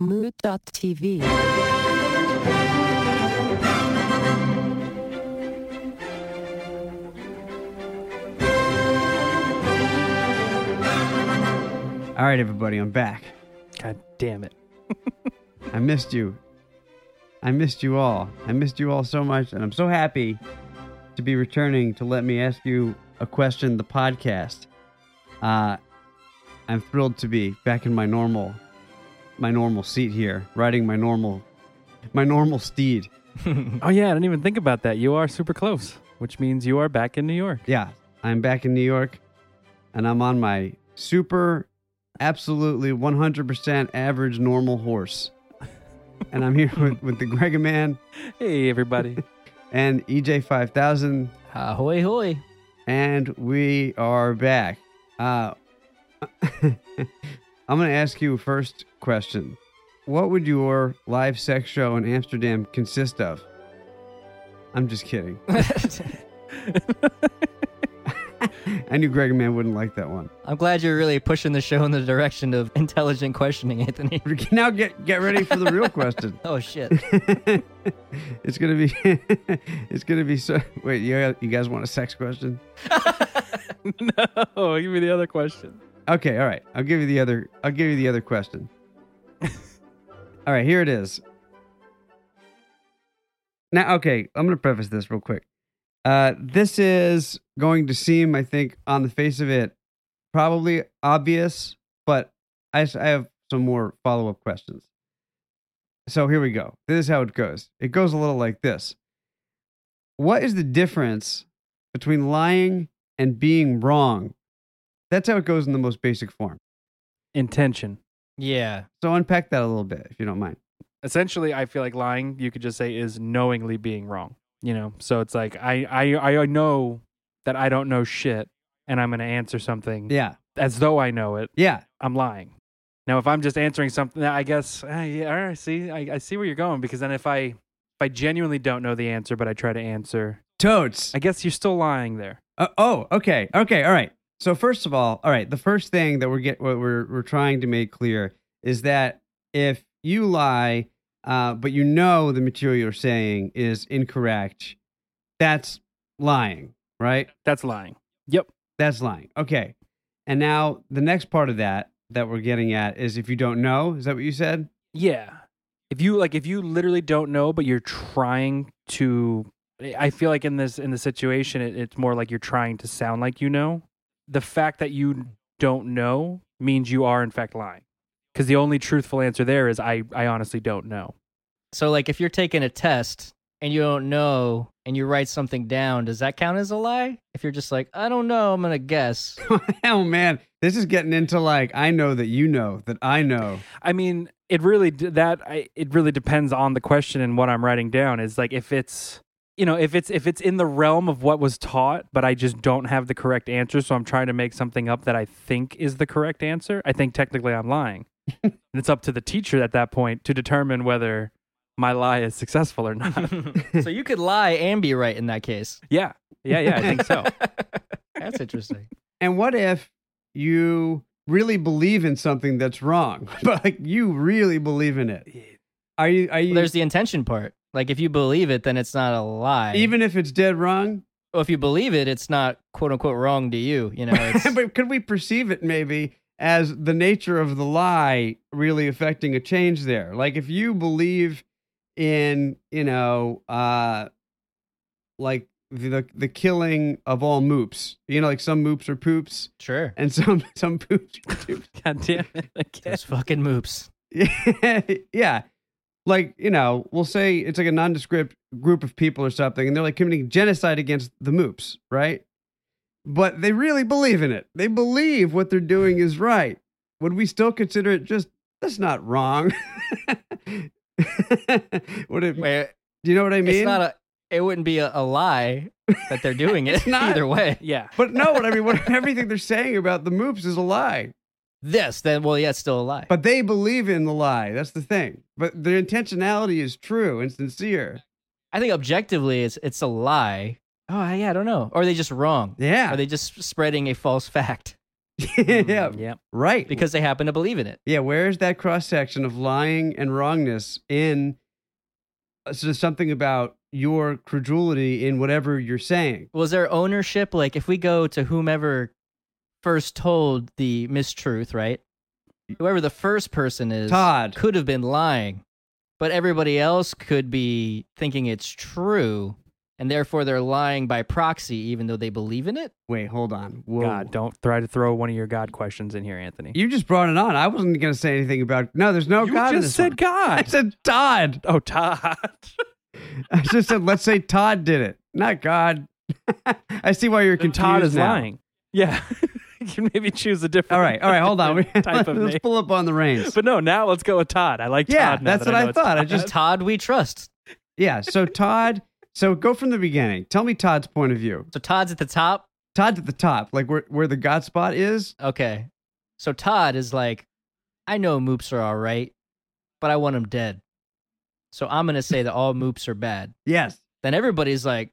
Mood.tv. All right, everybody, I'm back. God damn it. I missed you. I missed you all. I missed you all so much, and I'm so happy to be returning to let me ask you a question. The podcast. Uh, I'm thrilled to be back in my normal, my normal seat here, riding my normal, my normal steed. Oh, yeah. I didn't even think about that. You are super close, which means you are back in New York. Yeah, I'm back in New York, and I'm on my super, absolutely 100% average normal horse, and I'm here with, with the Gregor Man. Hey, everybody. and E EJ5000, Ahoy, hoy. and we are back. Uh, I'm going to ask you a first question. What would your live sex show in Amsterdam consist of? I'm just kidding. I knew Gregor Man wouldn't like that one. I'm glad you're really pushing the show in the direction of intelligent questioning, Anthony. Now get get ready for the real question. Oh, shit. it's gonna be it's gonna be so. Wait, you you guys want a sex question? no, give me the other question. Okay, all right. I'll give you the other. I'll give you the other question. all right, here it is. Now, okay, I'm going to preface this real quick. Uh, this is going to seem, I think, on the face of it, probably obvious, but I, s- I have some more follow up questions. So here we go. This is how it goes. It goes a little like this What is the difference between lying and being wrong? That's how it goes in the most basic form. Intention. Yeah. So unpack that a little bit, if you don't mind. Essentially, I feel like lying, you could just say, is knowingly being wrong. You know, so it's like, I, I, I know that I don't know shit and I'm going to answer something Yeah. as though I know it. Yeah. I'm lying. Now, if I'm just answering something, I guess, ah, yeah, all right, see, I, I see where you're going because then if I, if I genuinely don't know the answer, but I try to answer, Totes. I guess you're still lying there. Uh, oh, okay. Okay. All right. So first of all, all right, the first thing that we're get what we're we're trying to make clear is that if you lie, uh, but you know the material you're saying is incorrect, that's lying, right? That's lying. That's lying. Okay. And now the next part of that that we're getting at is if you don't know, is that what you said? Yeah. If you like, if you literally don't know, but you're trying to, eh, I feel like in this in the situation, it, it's more like you're trying to sound like you know. The fact that you don't know means you are in fact lying, because the only truthful answer there is I I honestly don't know. So, like, if you're taking a test and you don't know and you write something down, does that count as a lie? If you're just like, I don't know, I'm going to guess. oh man, this is getting into like I know that you know that I know. I mean, it really d- that I, it really depends on the question and what I'm writing down. Is like if it's you know if it's if it's in the realm of what was taught, but I just don't have the correct answer, so I'm trying to make something up that I think is the correct answer. I think technically I'm lying, and it's up to the teacher at that point to determine whether my lie is successful or not. so, you could lie and be right in that case. yeah, yeah, yeah. I think so. That's interesting. And what if you really believe in something that's wrong, but like you really believe in it? Are you? Are you? Well, there's the intention part. Like, if you believe it, then it's not a lie. even if it's dead wrong, well, if you believe it, it's not quote unquote wrong to you. You know, it's, but could we perceive it maybe as the nature of the lie really affecting a change there? Like if you believe in, you know, uh, like the the killing of all moops, you know, like some moops are poops sure. and some some poops are doops. God damn it! I can't. Those fucking moops. yeah. Like, you know, we'll say it's like a nondescript group of people or something, and they're like committing genocide against the moops, right? But they really believe in it. They believe what they're doing is right. Would we still consider it just that's not wrong? Would it, Wait, do you know what I mean? it's not a. It wouldn't be a, a lie that they're doing it It's not. either way. Yeah. but no, what I mean, what if everything they're saying about the moops is a lie. This, then, well, yeah, it's still a lie. But they believe in the lie. That's the thing. But their intentionality is true and sincere. I think objectively, it's it's a lie. Oh, yeah, I don't know. Or are they just wrong? Yeah. Are they just spreading a false fact? um, yeah, Mm, Yep. right. because they happen to believe in it. Yeah, where is that cross section of lying and wrongness in uh, so something about your credulity in whatever you're saying? Was there ownership? Like, if we go to whomever first told the mistruth, right? Whoever the first person is, Todd. could have been lying, but everybody else could be thinking it's true, and therefore they're lying by proxy, even though they believe in it. Wait, hold on. Whoa. God, don't try to throw one of your God questions in here, Anthony. You just brought it on. I wasn't going to say anything about No, there's no You God. in just this said one. I God. said Todd. oh, Todd. I just said let's say Todd did it, not God. I see why you're confused. Todd is now. lying. Yeah. you can maybe choose a different All right, all right, hold on. We- type of let's name. pull up on the reins. But no, now let's go with Todd. I like yeah, Todd now that's that what I, know it's thought. I Todd. just Just Todd, we trust. yeah. So Todd. So go from the beginning. Tell me Todd's point of view. So Todd's at the top. Todd's at the top, like where where the God spot is. Okay. So Todd is like, I know moops are all right, but I want them dead. So I'm going to say that all moops are bad. Yes, Then everybody's like,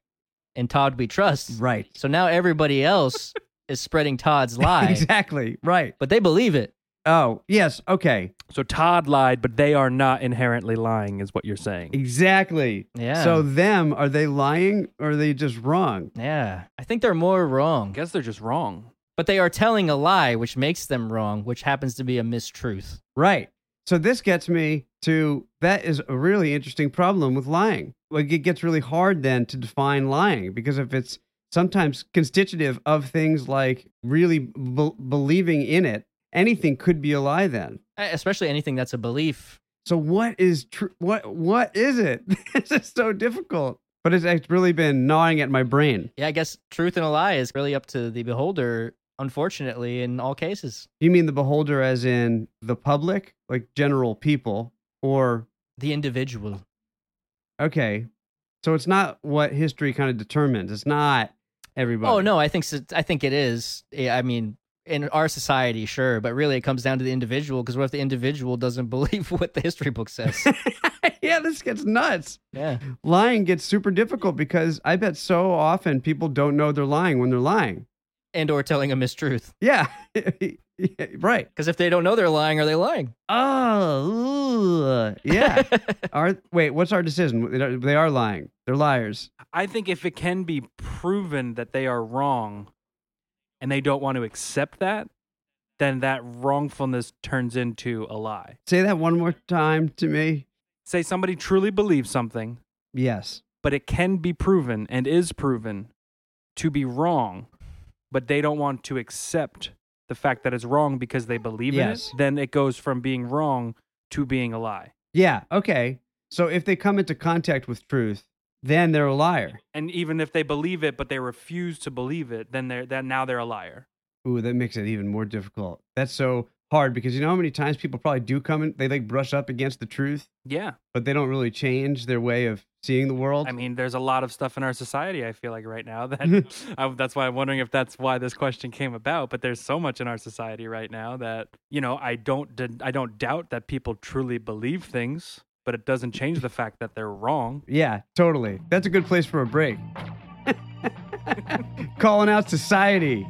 and Todd we trust. right. So now everybody else is spreading Todd's lie, Exactly right. but they believe it. Oh yes, okay, So Todd lied, but they are not inherently lying, is what you're saying. exactly. Yeah. So them are they lying or are they just wrong? Yeah. I think they're more I wrong, guess they're just wrong. but they are telling a lie, which makes them wrong, which happens to be a mistruth. Right. So this gets me to that is a really interesting problem with lying. Like it gets really hard then to define lying because if it's sometimes constitutive of things like really be- believing in it, anything could be a lie then. Eh, Especially anything that's a belief. So what is true? What what is it? this is so difficult. But it's, it's really been gnawing at my brain. Yeah, I guess truth and a lie is really up to the beholder, unfortunately, in all cases. You mean the beholder as in the public, like general people, or the individual. okay? So it's not what history kind of determines. It's not everybody. Oh no, I think s- I think it is. Yeah, I mean, in our society, sure, but really it comes down to the individual. Because what if the individual doesn't believe what the history book says? yeah, this gets nuts. yeah, Lying gets super difficult because I bet so often people don't know they're lying when they're lying. and or telling a mistruth. Yeah, right. Because if they don't know they're lying, are they lying? Oh, ugh. yeah. Are wait, what's our decision? They are- They are lying. They're liars. I think if it can be proven that they are wrong and they don't want to accept that, then that wrongfulness turns into a lie. Say that one more time to me. Say somebody truly believes something, Yes. but it can be proven and is proven to be wrong, but they don't want to accept the fact that it's wrong because they believe Yes. in it, then it goes from being wrong to being a lie. Yeah. Okay. So if they come into contact with truth, then they're a liar. And even if they believe it, but they refuse to believe it, then they're that now they're a liar. Ooh, that makes it even more difficult. That's so hard because you know how many times people probably do come in, they like brush up against the truth, Yeah. but they don't really change their way of seeing the world. I mean, there's a lot of stuff in our society. I feel like right now that I, that's why I'm wondering if that's why this question came about. But there's so much in our society right now that you know I don't den- I don't doubt that people truly believe things, but it doesn't change the fact that they're wrong. yeah, totally. That's a good place for a break. Calling out society.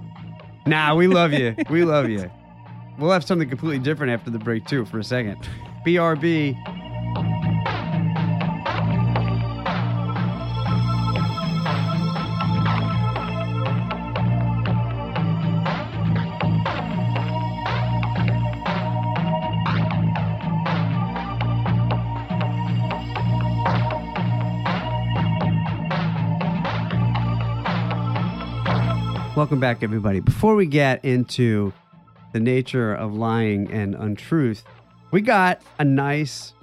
Nah, we love you. We love you. We'll have something completely different after the break, too, for a second. BRB. Welcome back, everybody. Before we get into the nature of lying and untruth, we got a nice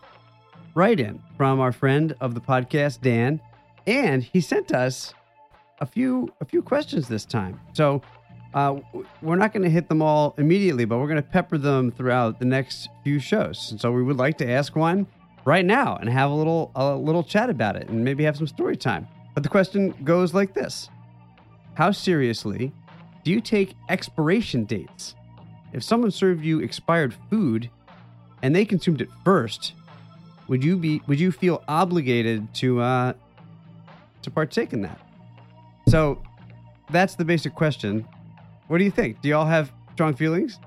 write in from our friend of the podcast, Dan, and he sent us a few a few questions this time. So uh, w- we're not going to hit them all immediately, but we're going to pepper them throughout the next few shows. And so we would like to ask one right now and have a little a little chat about it, and maybe have some story time. But the question goes like this. How seriously do you take expiration dates? If someone served you expired food and they consumed it first, would you be would you feel obligated to uh to partake in that? So that's the basic question. What do you think? Do y'all have strong feelings?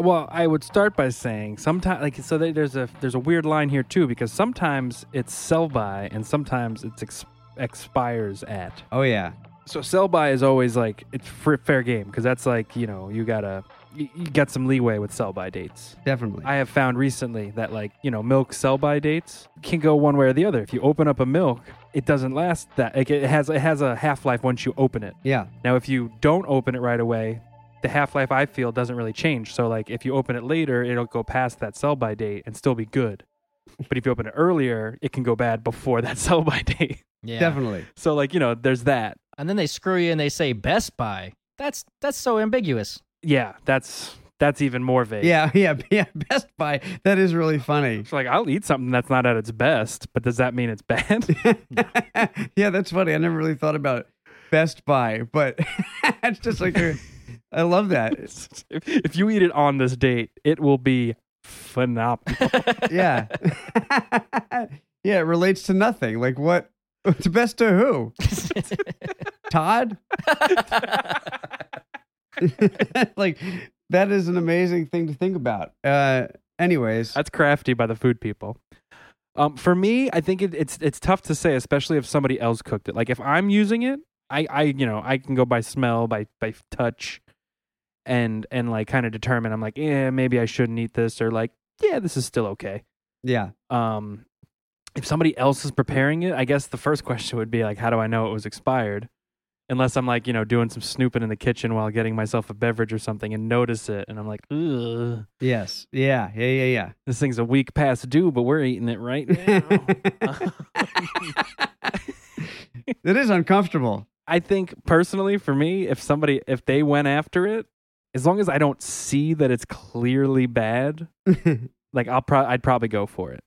Well, I would start by saying sometimes, like, so there- there's a there's a weird line here too because sometimes it's sell by and sometimes it's ex- expires at. Oh yeah. So sell by is always like it's fr- fair game because that's like you know you gotta you, you got some leeway with sell by dates. Definitely. I have found recently that like you know milk sell by dates can go one way or the other. If you open up a milk, it doesn't last that. Like, it has it has a half life once you open it. yeah. Now, if you don't open it right away, the half life I feel doesn't really change. So, like, if you open it later, it'll go past that sell by date and still be good. But if you open it earlier, it can go bad before that sell by date. Yeah. Definitely. So, like, you know, there's that. And then they screw you and they say Best Buy. That's that's so ambiguous. Yeah, that's that's even more vague. Yeah, yeah, yeah. Best Buy. That is really funny. It's like I'll eat something that's not at its best, but does that mean it's bad? yeah, that's funny. I never really thought about it. Best Buy, but it's just like a- I love that. if, if you eat it on this date, it will be phenomenal. Yeah. yeah, it relates to nothing. Like what it's best to who? Todd? like that is an amazing thing to think about. Uh anyways. That's crafty by the food people. Um, for me, I think it, it's it's tough to say, especially if somebody else cooked it. Like if I'm using it, I, I you know I can go by smell, by by touch, and and like kind of determine. I'm like, yeah, maybe I shouldn't eat this, or like, yeah, this is still okay. yeah. Um, if somebody else is preparing it, I guess the first question would be like, how do I know it was expired? Unless I'm like you know doing some snooping in the kitchen while getting myself a beverage or something and notice it, and I'm like, ugh, Yes. Yeah. Yeah, yeah, yeah. this thing's a week past due, but we're eating it right now. it is uncomfortable. I think personally for me, if somebody if they went after it, as long as I don't see that it's clearly bad, like I'll pro- I'd probably go for it.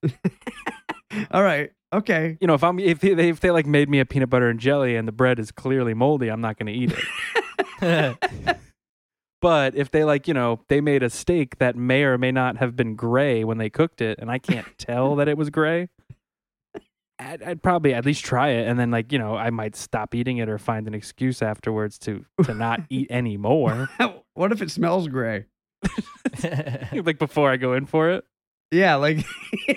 All right. Okay. You know, if I'm if they, if they like made me a peanut butter and jelly and the bread is clearly moldy, I'm not going to eat it. but if they like, you know, they made a steak that may or may not have been gray when they cooked it and I can't tell that it was gray, I'd, I'd probably at least try it and then like, you know, I might stop eating it or find an excuse afterwards to to not eat anymore. what if it smells gray? like before I go in for it. Yeah, like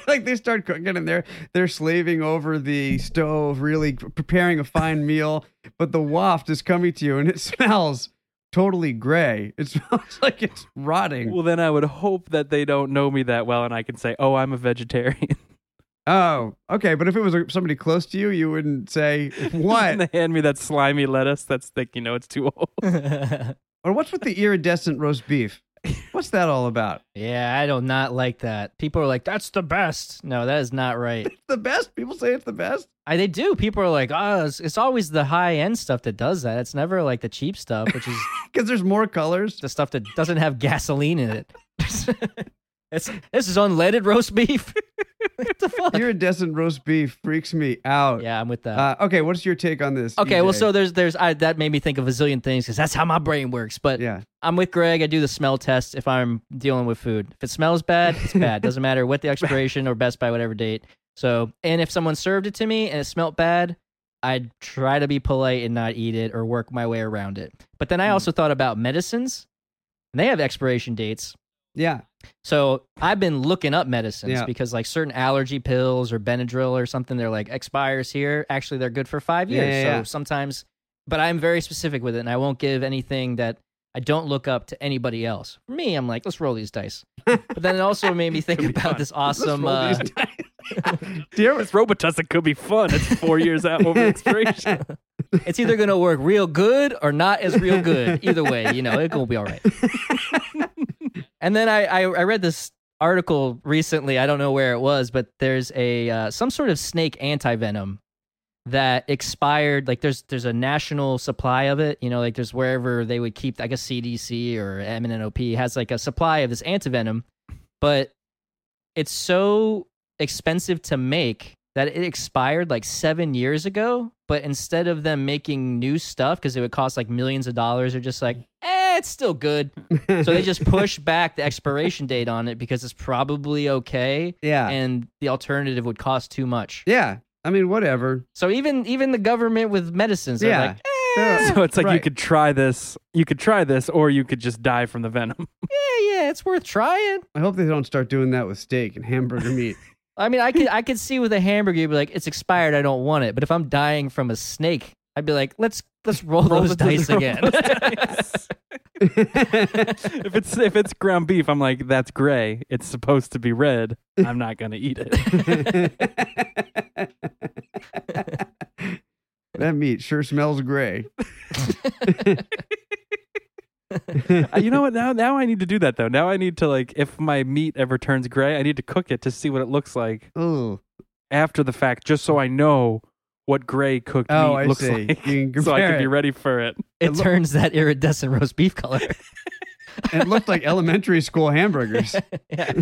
like they start cooking and they're they're slaving over the stove, really preparing a fine meal, but the waft is coming to you and it smells totally gray. It smells like it's rotting. Well, then I would hope that they don't know me that well, and I can say, "Oh, I'm a vegetarian." Oh, okay. But if it was somebody close to you, you wouldn't say and what they hand me that slimy lettuce that's like you know it's too old. or what's with the iridescent roast beef? What's that all about? yeah, I do not like that. People are like, "That's the best." No, that is not right. It's the best. People say it's the best. I, they do. People are like, "Oh, it's, it's always the high end stuff that does that. It's never like the cheap stuff, which is Because there's more colors. the stuff that doesn't have gasoline in it." it's, this is unleaded roast beef. what the fuck? Iridescent roast beef freaks me out. yeah, I'm with that. Uh, okay, what's your take on this? E okay, well, EJ? so there's there's I, that made me think of a zillion things because that's how my brain works. But yeah, I'm with Greg. I do the smell test if I'm dealing with food. If it smells bad, it's bad. Doesn't matter what the expiration or Best Buy, whatever date. So, and if someone served it to me and it smelt bad, I'd try to be polite and not eat it or work my way around it. But then I also thought about medicines, and they have expiration dates. yeah. So I've been looking up medicines Yeah. because like certain allergy pills or Benadryl or something, they're like expires here. Actually, they're good for five Yeah, years. yeah, so yeah. sometimes, but I'm very specific with it, and I won't give anything that I don't look up to anybody else. For me, I'm like, let's roll these dice. But then it also made me think Could be about fun. this awesome. Let's Uh, roll these dice. Dear, this Robitussin could be fun. It's four years out over expiration. it's either gonna work real good or not as real good. Either way, you know, it gonna be all right. and then I, I I read this article recently. I don't know where it was, but there's a uh, some sort of snake anti venom that expired. Like there's there's a national supply of it. You know, like there's wherever they would keep. I guess CDC or MNOP has like a supply of this antivenom, but it's so expensive to make that it expired like seven years ago. But instead of them making new stuff because it would cost like millions of dollars, they're just like, eh, it's still good. so they just push back the expiration date on it because it's probably okay, Ah. yeah, and the alternative would cost too much. yeah. I mean, whatever. So even even the government with medicines, they're Yeah. like, Yeah. So it's like you Right. could try this, you could try this, or you could just die from the venom. yeah, "Eh, yeah, it's worth trying. I hope they don't start doing that with steak and hamburger meat. I mean, I could I could see with a hamburger, you'd be like, it's expired, I don't want it. But if I'm dying from a snake, I'd be like, let's let's roll, Roll those the- dice roll again. those dice. if it's if it's ground beef, I'm like that's gray. It's supposed to be red. I'm not gonna eat it. that meat sure smells gray. Uh, you know what? Now now I need to do that though. Now I need to like if my meat ever turns gray, I need to cook it to see what it looks like Ooh. after the fact, just so I know what gray cooked Oh, meat I looks see. like, You can so I compare can be it. ready for it. it turns that iridescent roast beef color. It looked like elementary school hamburgers. yeah.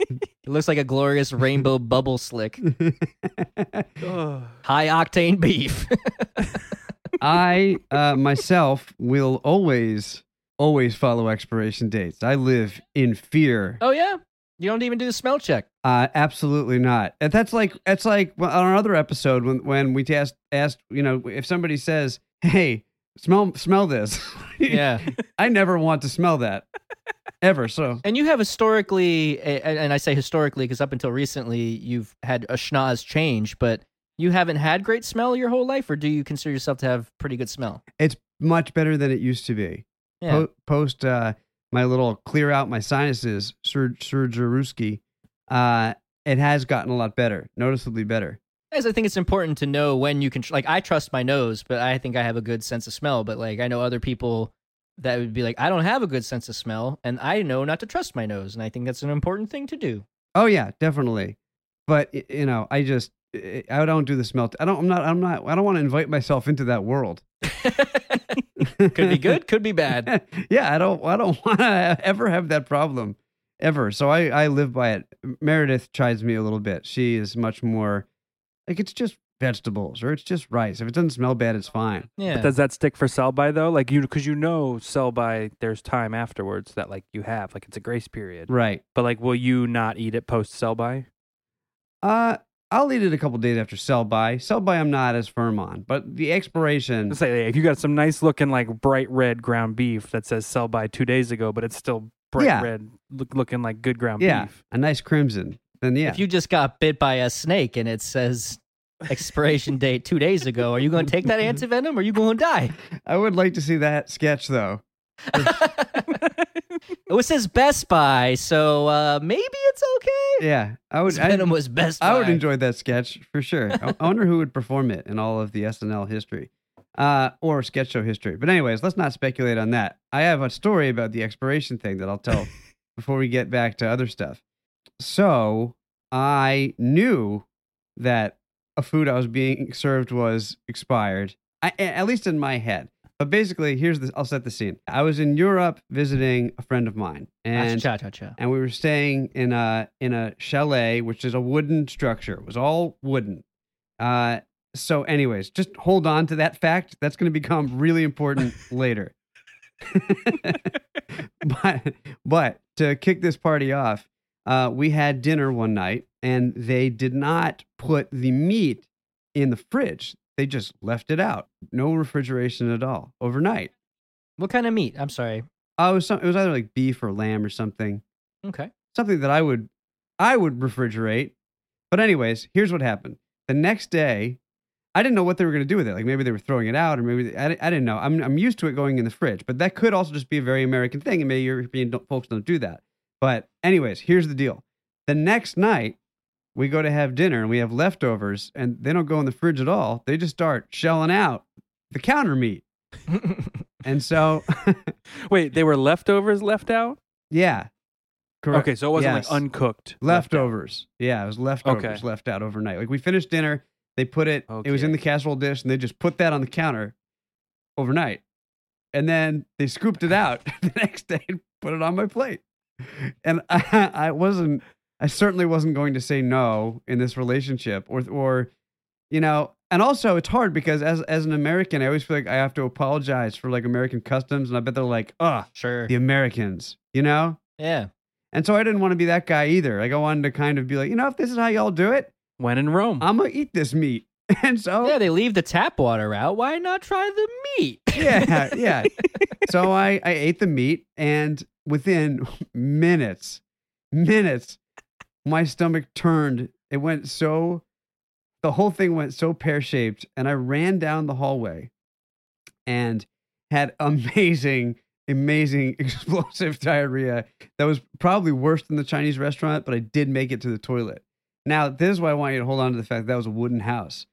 It looks like a glorious rainbow bubble slick. High octane beef. I uh, myself will always, always follow expiration dates. I live in fear. oh yeah. You don't even do the smell check. Uh, absolutely not. And that's like that's like on our other episode when when we asked asked you know if somebody says, "Hey, smell smell this," Yeah. I never want to smell that ever. So And you have historically, a- and and I say historically because up until recently, you've had a schnoz change, but you haven't had great smell your whole life, or do you consider yourself to have pretty good smell? it's much better than it used to be. Yeah. Po- post uh, my little clear out my sinuses, Sir Sir Jaruski, uh, it has gotten a lot better, noticeably better. As I think it's important to know when you can, tr- like, I trust my nose, but I think I have a good sense of smell. But like, I know other people that would be like, I don't have a good sense of smell, and I know not to trust my nose, and I think that's an important thing to do. Oh yeah, definitely. But y- you know, I just I I don't do the smell. T- I don't. I'm not. I'm not. I don't want to invite myself into that world. Could be good, could be bad. yeah, I don't. I don't want to ever have that problem ever. So I I live by it. Meredith chides me a little bit. She is much more like it's just vegetables or it's just rice. If it doesn't smell bad, it's fine. Yeah. Does that stick for sell by though? Like you, because you know sell by, there's time afterwards that like you have, like it's a grace period. Right. But like, will you not eat it post sell by? Uh. I'll eat it a couple days after sell by. Sell by, I'm not as firm on, but the expiration. Let's say if you got some nice looking like bright red ground beef that says sell by two days ago, but it's still bright Yeah. red, look, looking like good ground Yeah, beef. a nice crimson. Then yeah, If you just got bit by a snake and it says expiration date two days ago, are you going to take that antivenom or are you going to die? I would like to see that sketch though. Oh, it says Best Buy, so uh, maybe it's okay. Yeah, I would. This I, Venom was Best Buy. I would enjoy that sketch for sure. I I wonder who would perform it in all of the SNL history, uh, or sketch show history. But anyways, let's not speculate on that. I have a story about the expiration thing that I'll tell before we get back to other stuff. So I knew that a food I was being served was expired, I, a- at least in my head. But basically, here's the. I'll set the scene. I was in Europe visiting a friend of mine, and Cha cha cha. and we were staying in a in a chalet, which is a wooden structure. It was all wooden. Uh, so, anyways, just hold on to that fact. That's going to become really important later. but but to kick this party off, uh, we had dinner one night, and they did not put the meat in the fridge. They just left it out. No refrigeration at all overnight. What kind of meat? I'm sorry. Oh, it was, some, it was either like beef or lamb or something Okay. something that I would I would refrigerate. But anyways, here's what happened. The next day, I didn't know what they were going to do with it. Like maybe they were throwing it out, or maybe they, I, di- I didn't know. I'm I'm used to it going in the fridge, but that could also just be a very American thing, and maybe European don't, folks don't do that. But anyways, here's the deal. The next night, we go to have dinner, and we have leftovers, and they don't go in the fridge at all. They just start shelling out the counter meat, and so Wait, they were leftovers left out. yeah, correct. Okay, so it wasn't Yes. like uncooked left out. leftovers. yeah, it was leftovers Okay. left out overnight. Like we finished dinner, they put it. Oh, it was in dear. the casserole dish, and they just put that on the counter overnight, and then they scooped it out the next day and put it on my plate. And I, I wasn't. I certainly wasn't going to say no in this relationship, or or you know. And also, it's hard because as as an American, I always feel like I have to apologize for like American customs, and I bet they're like, "Ugh, Sure. the Americans," you know. Yeah. And so I didn't want to be that guy either. Like I wanted to kind of be like, you know, if this is how y'all do it, When in Rome. I'm gonna eat this meat. And so Yeah, they leave the tap water out. Why not try the meat? yeah, yeah. so I, I ate the meat, and within minutes, minutes, my stomach turned. It went so, the whole thing went so pear shaped, and I ran down the hallway, and had amazing, amazing explosive diarrhea that was probably worse than the Chinese restaurant, but I did make it to the toilet. Now, this is why I want you to hold on to the fact that, that was a wooden house.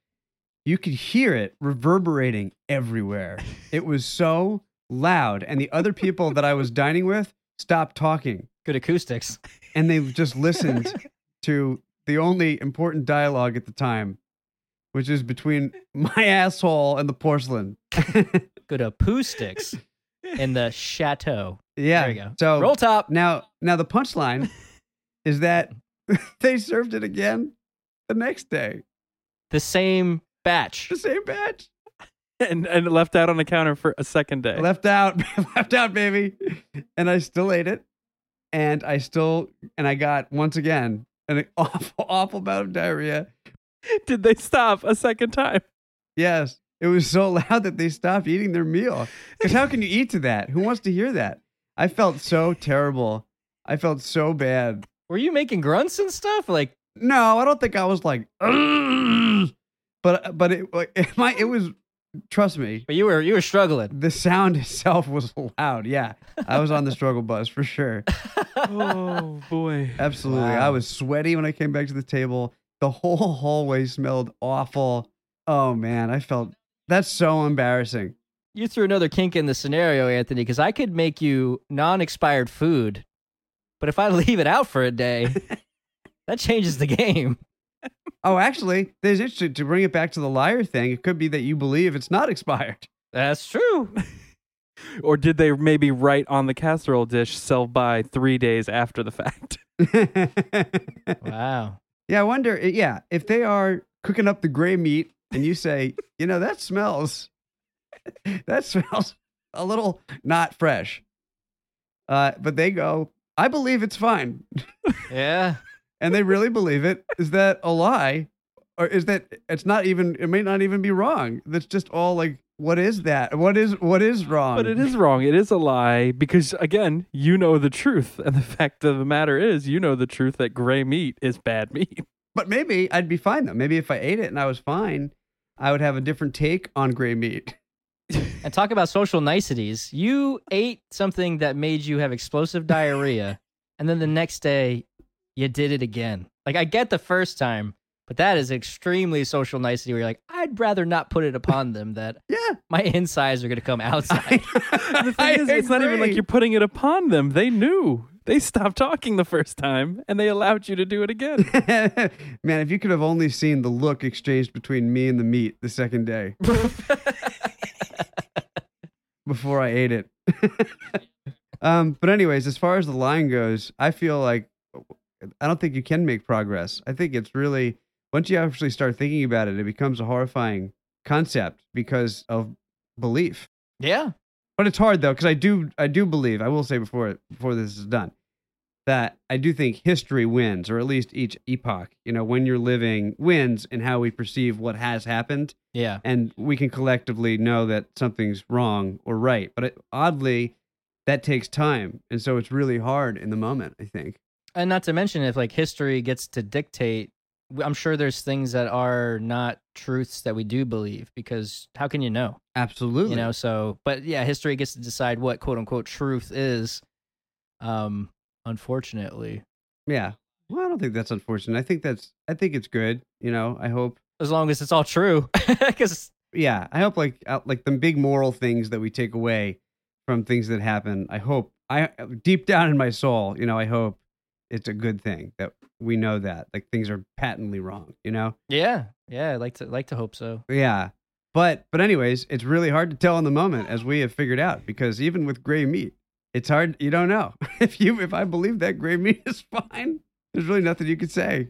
You could hear it reverberating everywhere. It was so loud. And the other people that I was dining with stopped talking Good acoustics. and they just listened to the only important dialogue at the time, which is between my asshole and the porcelain. Good acoustics in the chateau. Yeah. There you go. So Roll top. Now, now the punchline is that they served it again the next day, The same batch. the same batch. and and left out on the counter for a second day. Left out, left out, baby. And I still ate it, and I still, and I got once again an awful, awful bout of diarrhea. Did they stop a second time? Yes, it was so loud that they stopped eating their meal. Because how can you eat to that? Who wants to hear that? I felt so terrible. I felt so bad. Were you making grunts and stuff? Like No, I don't think I was like, "Ugh." but but it like my it was. Trust me, but you were you were struggling. the sound itself was loud. Yeah, I was on the struggle bus for sure. oh boy. Absolutely, Wow. I was sweaty when I came back to the table. The whole hallway smelled awful. Oh man, I felt that's so embarrassing. you threw another kink in the scenario, Anthony, because I could make you non-expired food, but if I leave it out for a day, that changes the game. Oh, actually, there's interesting to bring it back to the liar thing. It could be that you believe it's not expired. That's true. Or did they maybe write on the casserole dish sell by three days after the fact? yeah, Wow. I wonder. Yeah, if they are cooking up the gray meat and you say, you know, that smells, that smells a little not fresh, uh, but they go, I believe it's fine, Yeah. and they really believe it. Is that a lie, or is that it's not even? It may not even be wrong. That's just all like, what is that? What is what is wrong? But it is wrong. It is a lie because again, you know the truth. And the fact of the matter is you know the truth that gray meat is bad meat. But maybe I'd be fine though. Maybe if I ate it and I was fine, I would have a different take on gray meat. And talk about social niceties. You ate something that made you have explosive diarrhea, and then the next day you did it again. Like I get the first time, but that is extremely social nicety where you're like, I'd rather not put it upon them that Yeah. my insides are gonna come outside. the The thing is, it's not even like you're putting it upon them. They knew. They stopped talking the first time and they allowed you to do it again. Man, if you could have only seen the look exchanged between me and the meat the second day before I ate it. um, but anyways, as far as the line goes, I feel like I don't think you can make progress. I think it's really once you actually start thinking about it, it becomes a horrifying concept because of belief. yeah. But it's hard though, because I do I do believe I will say before before this is done that I do think history wins, or at least each epoch. You know, when you're living wins in how we perceive what has happened, Yeah. and we can collectively know that something's wrong or right. But it, oddly, that takes time, and so it's really hard in the moment. I think. and not to mention if like history gets to dictate i'm sure there's things that are not truths that we do believe because how can you know Absolutely. you know so but yeah history gets to decide what quote unquote truth is um unfortunately Yeah. Well, I don't think that's unfortunate. I think that's I think it's good. You know, I hope as long as it's all true because yeah i hope like out- like the big moral things that we take away from things that happen i hope i deep down in my soul you know i hope it's a good thing that we know that like things are patently wrong you know yeah yeah i like to like to hope so yeah but but anyways it's really hard to tell in the moment as we have figured out because even with gray meat it's hard you don't know if you if i believe that gray meat is fine there's really nothing you could say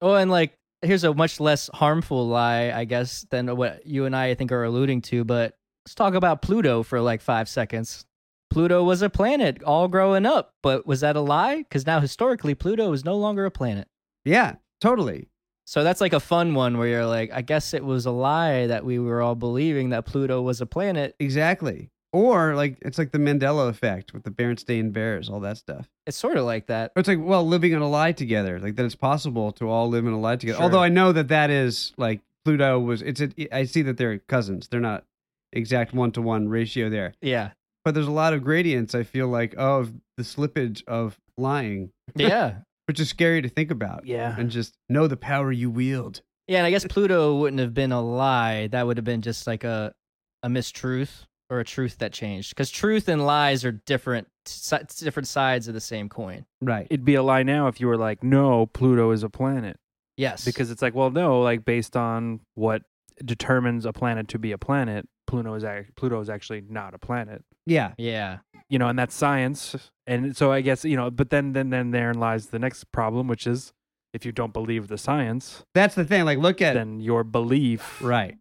oh and like here's a much less harmful lie i guess than what you and i i think are alluding to but let's talk about pluto for like five seconds Pluto was a planet all growing up, but was that a lie? Because now historically, Pluto is no longer a planet. yeah totally So that's like a fun one where you're like, I guess it was a lie that we were all believing that Pluto was a planet. Exactly. Or like it's like the Mandela effect with the Berenstain Bears, all that stuff. It's sort of like that. Or it's like well, living in a lie together, like that it's possible to all live in a lie together. Sure. Although I know that that is like Pluto was. It's a, I see that they're cousins. They're not exact one to one ratio there, Yeah. but there's a lot of gradients. I feel like of the slippage of lying, Yeah. which is scary to think about. Yeah. and just know the power you wield. Yeah. And I guess Pluto wouldn't have been a lie. That would have been just like a, a mistruth or a truth that changed. Because truth and lies are different, si- different sides of the same coin. Right. It'd be a lie now if you were like, no, Pluto is a planet. Yes. Because it's like, well, no, like based on what determines a planet to be a planet, Pluto is, ac- Pluto is actually not a planet. Yeah. yeah. you know, and that's science. And so I guess you know, but then then then therein lies the next problem, which is if you don't believe the science, That's the thing. Like look at then your belief right.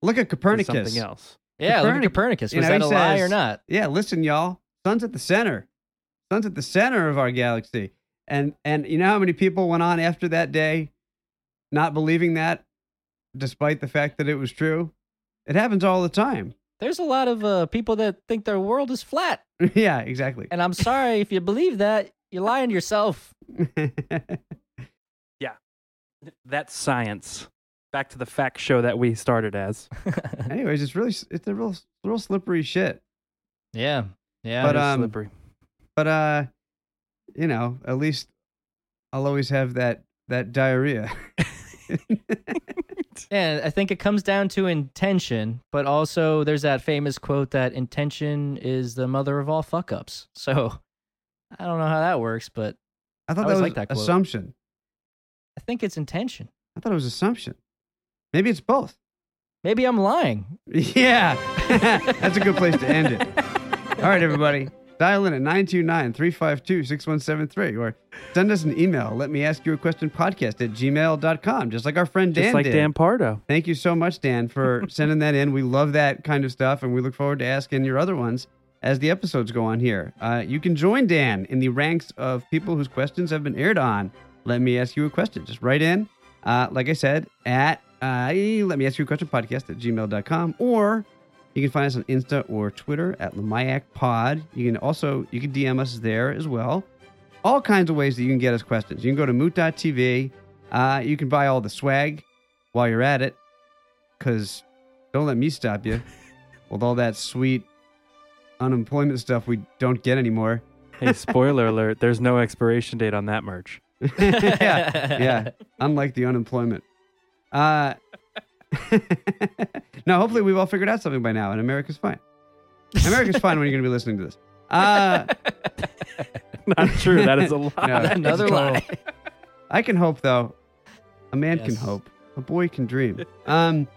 Look at is Copernicus. something else. Yeah. Look at Copernic- Copernicus. Was you know, that a he lie or says- not? yeah, listen, y'all. Sun's at the center. Sun's at the center of our galaxy. And and you know how many people went on after that day not believing that, despite the fact that it was true? It happens all the time. There's a lot of uh, people that think their world is flat. yeah, exactly. And I'm sorry if you believe that, you're lying to yourself. That's science. Back to the fact show that we started as. Anyways, it's really it's a real real slippery shit. yeah. Yeah. But, That is um, slippery. But uh you know, at least I'll always have that that diarrhea. Yeah, I think it comes down to intention, but also there's that famous quote that intention is the mother of all fuck ups. So I don't know how that works, but I I thought that always was like that quote. assumption. I think it's intention. I thought it was assumption. Maybe it's both. Maybe I'm lying. Yeah. That's a good place to end it. All right, everybody. Dial in at 929 352 6173 or send us an email. Let me ask you a question podcast at gmail.com, just like our friend Dan. Just like did. Dan Pardo. Thank you so much, Dan, for sending that in. We love that kind of stuff, and we look forward to asking your other ones as the episodes go on here. Uh, you can join Dan in the ranks of people whose questions have been aired on. Let me ask you a question. Just write in, uh, like I said, at uh, let me ask you a question podcast at gmail.com, or you can find us on Insta or Twitter at Lamayak Pod. You can also you can DM us there as well. All kinds of ways that you can get us questions. You can go to moot.tv. Uh, you can buy all the swag while you're at it, because don't let me stop you with all that sweet unemployment stuff we don't get anymore. Hey, spoiler alert, there's no expiration date on that merch. yeah, yeah. Unlike the unemployment. Uh, now, hopefully, we've all figured out something by now, and America's fine. America's fine when you're going to be listening to this. Uh, Not true. That is a lie. No. That is Another total- lie. I can hope though. A man can Yes. hope. A boy can dream. Um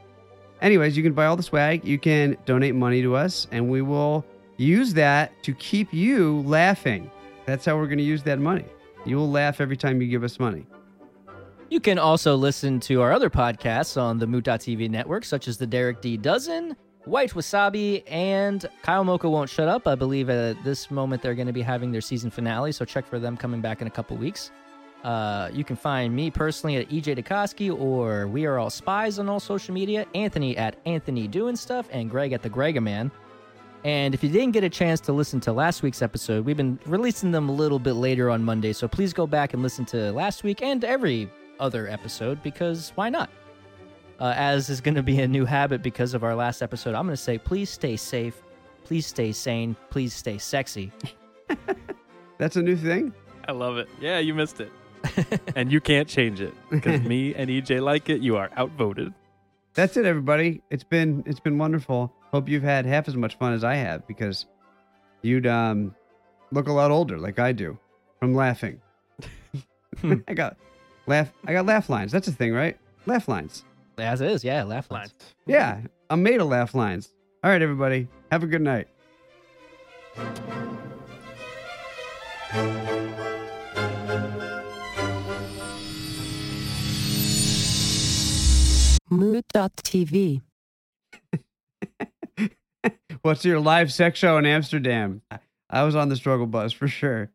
anyways, you can buy all the swag, you can donate money to us, and we will use that to keep you laughing. That's how we're gonna use that money. You will laugh every time you give us money. You can also listen to our other podcasts on the Moot.tv network, such as the Derek D. Dozen, White Wasabi, and Kyle Mocha Won't Shut Up. I believe at this moment they're going to be having their season finale, so check for them coming back in a couple weeks. Uh, you can find me personally at EJ Dukoski or We Are All Spies on all social media, Anthony at Anthony Doing Stuff, and Greg at The Gregaman. And if you didn't get a chance to listen to last week's episode, we've been releasing them a little bit later on Monday. So please go back and listen to last week and every other episode because why not? Uh, as is going to be a new habit because of our last episode, I'm going to say please stay safe, please stay sane, please stay sexy. That's a new thing? I love it. Yeah, you missed it. and you can't change it because me and EJ like it. You are outvoted. That's it, everybody. It's been it's been wonderful. Hope you've had half as much fun as I have because you'd um look a lot older like I do from laughing. I got laugh I got laugh lines. That's a thing, right? Laugh lines. As is, yeah, laugh lines. Yeah, I'm made of laugh lines. All right, everybody. Have a good night. Mood.tv. What's your live sex show in Amsterdam? I was on the struggle bus for sure.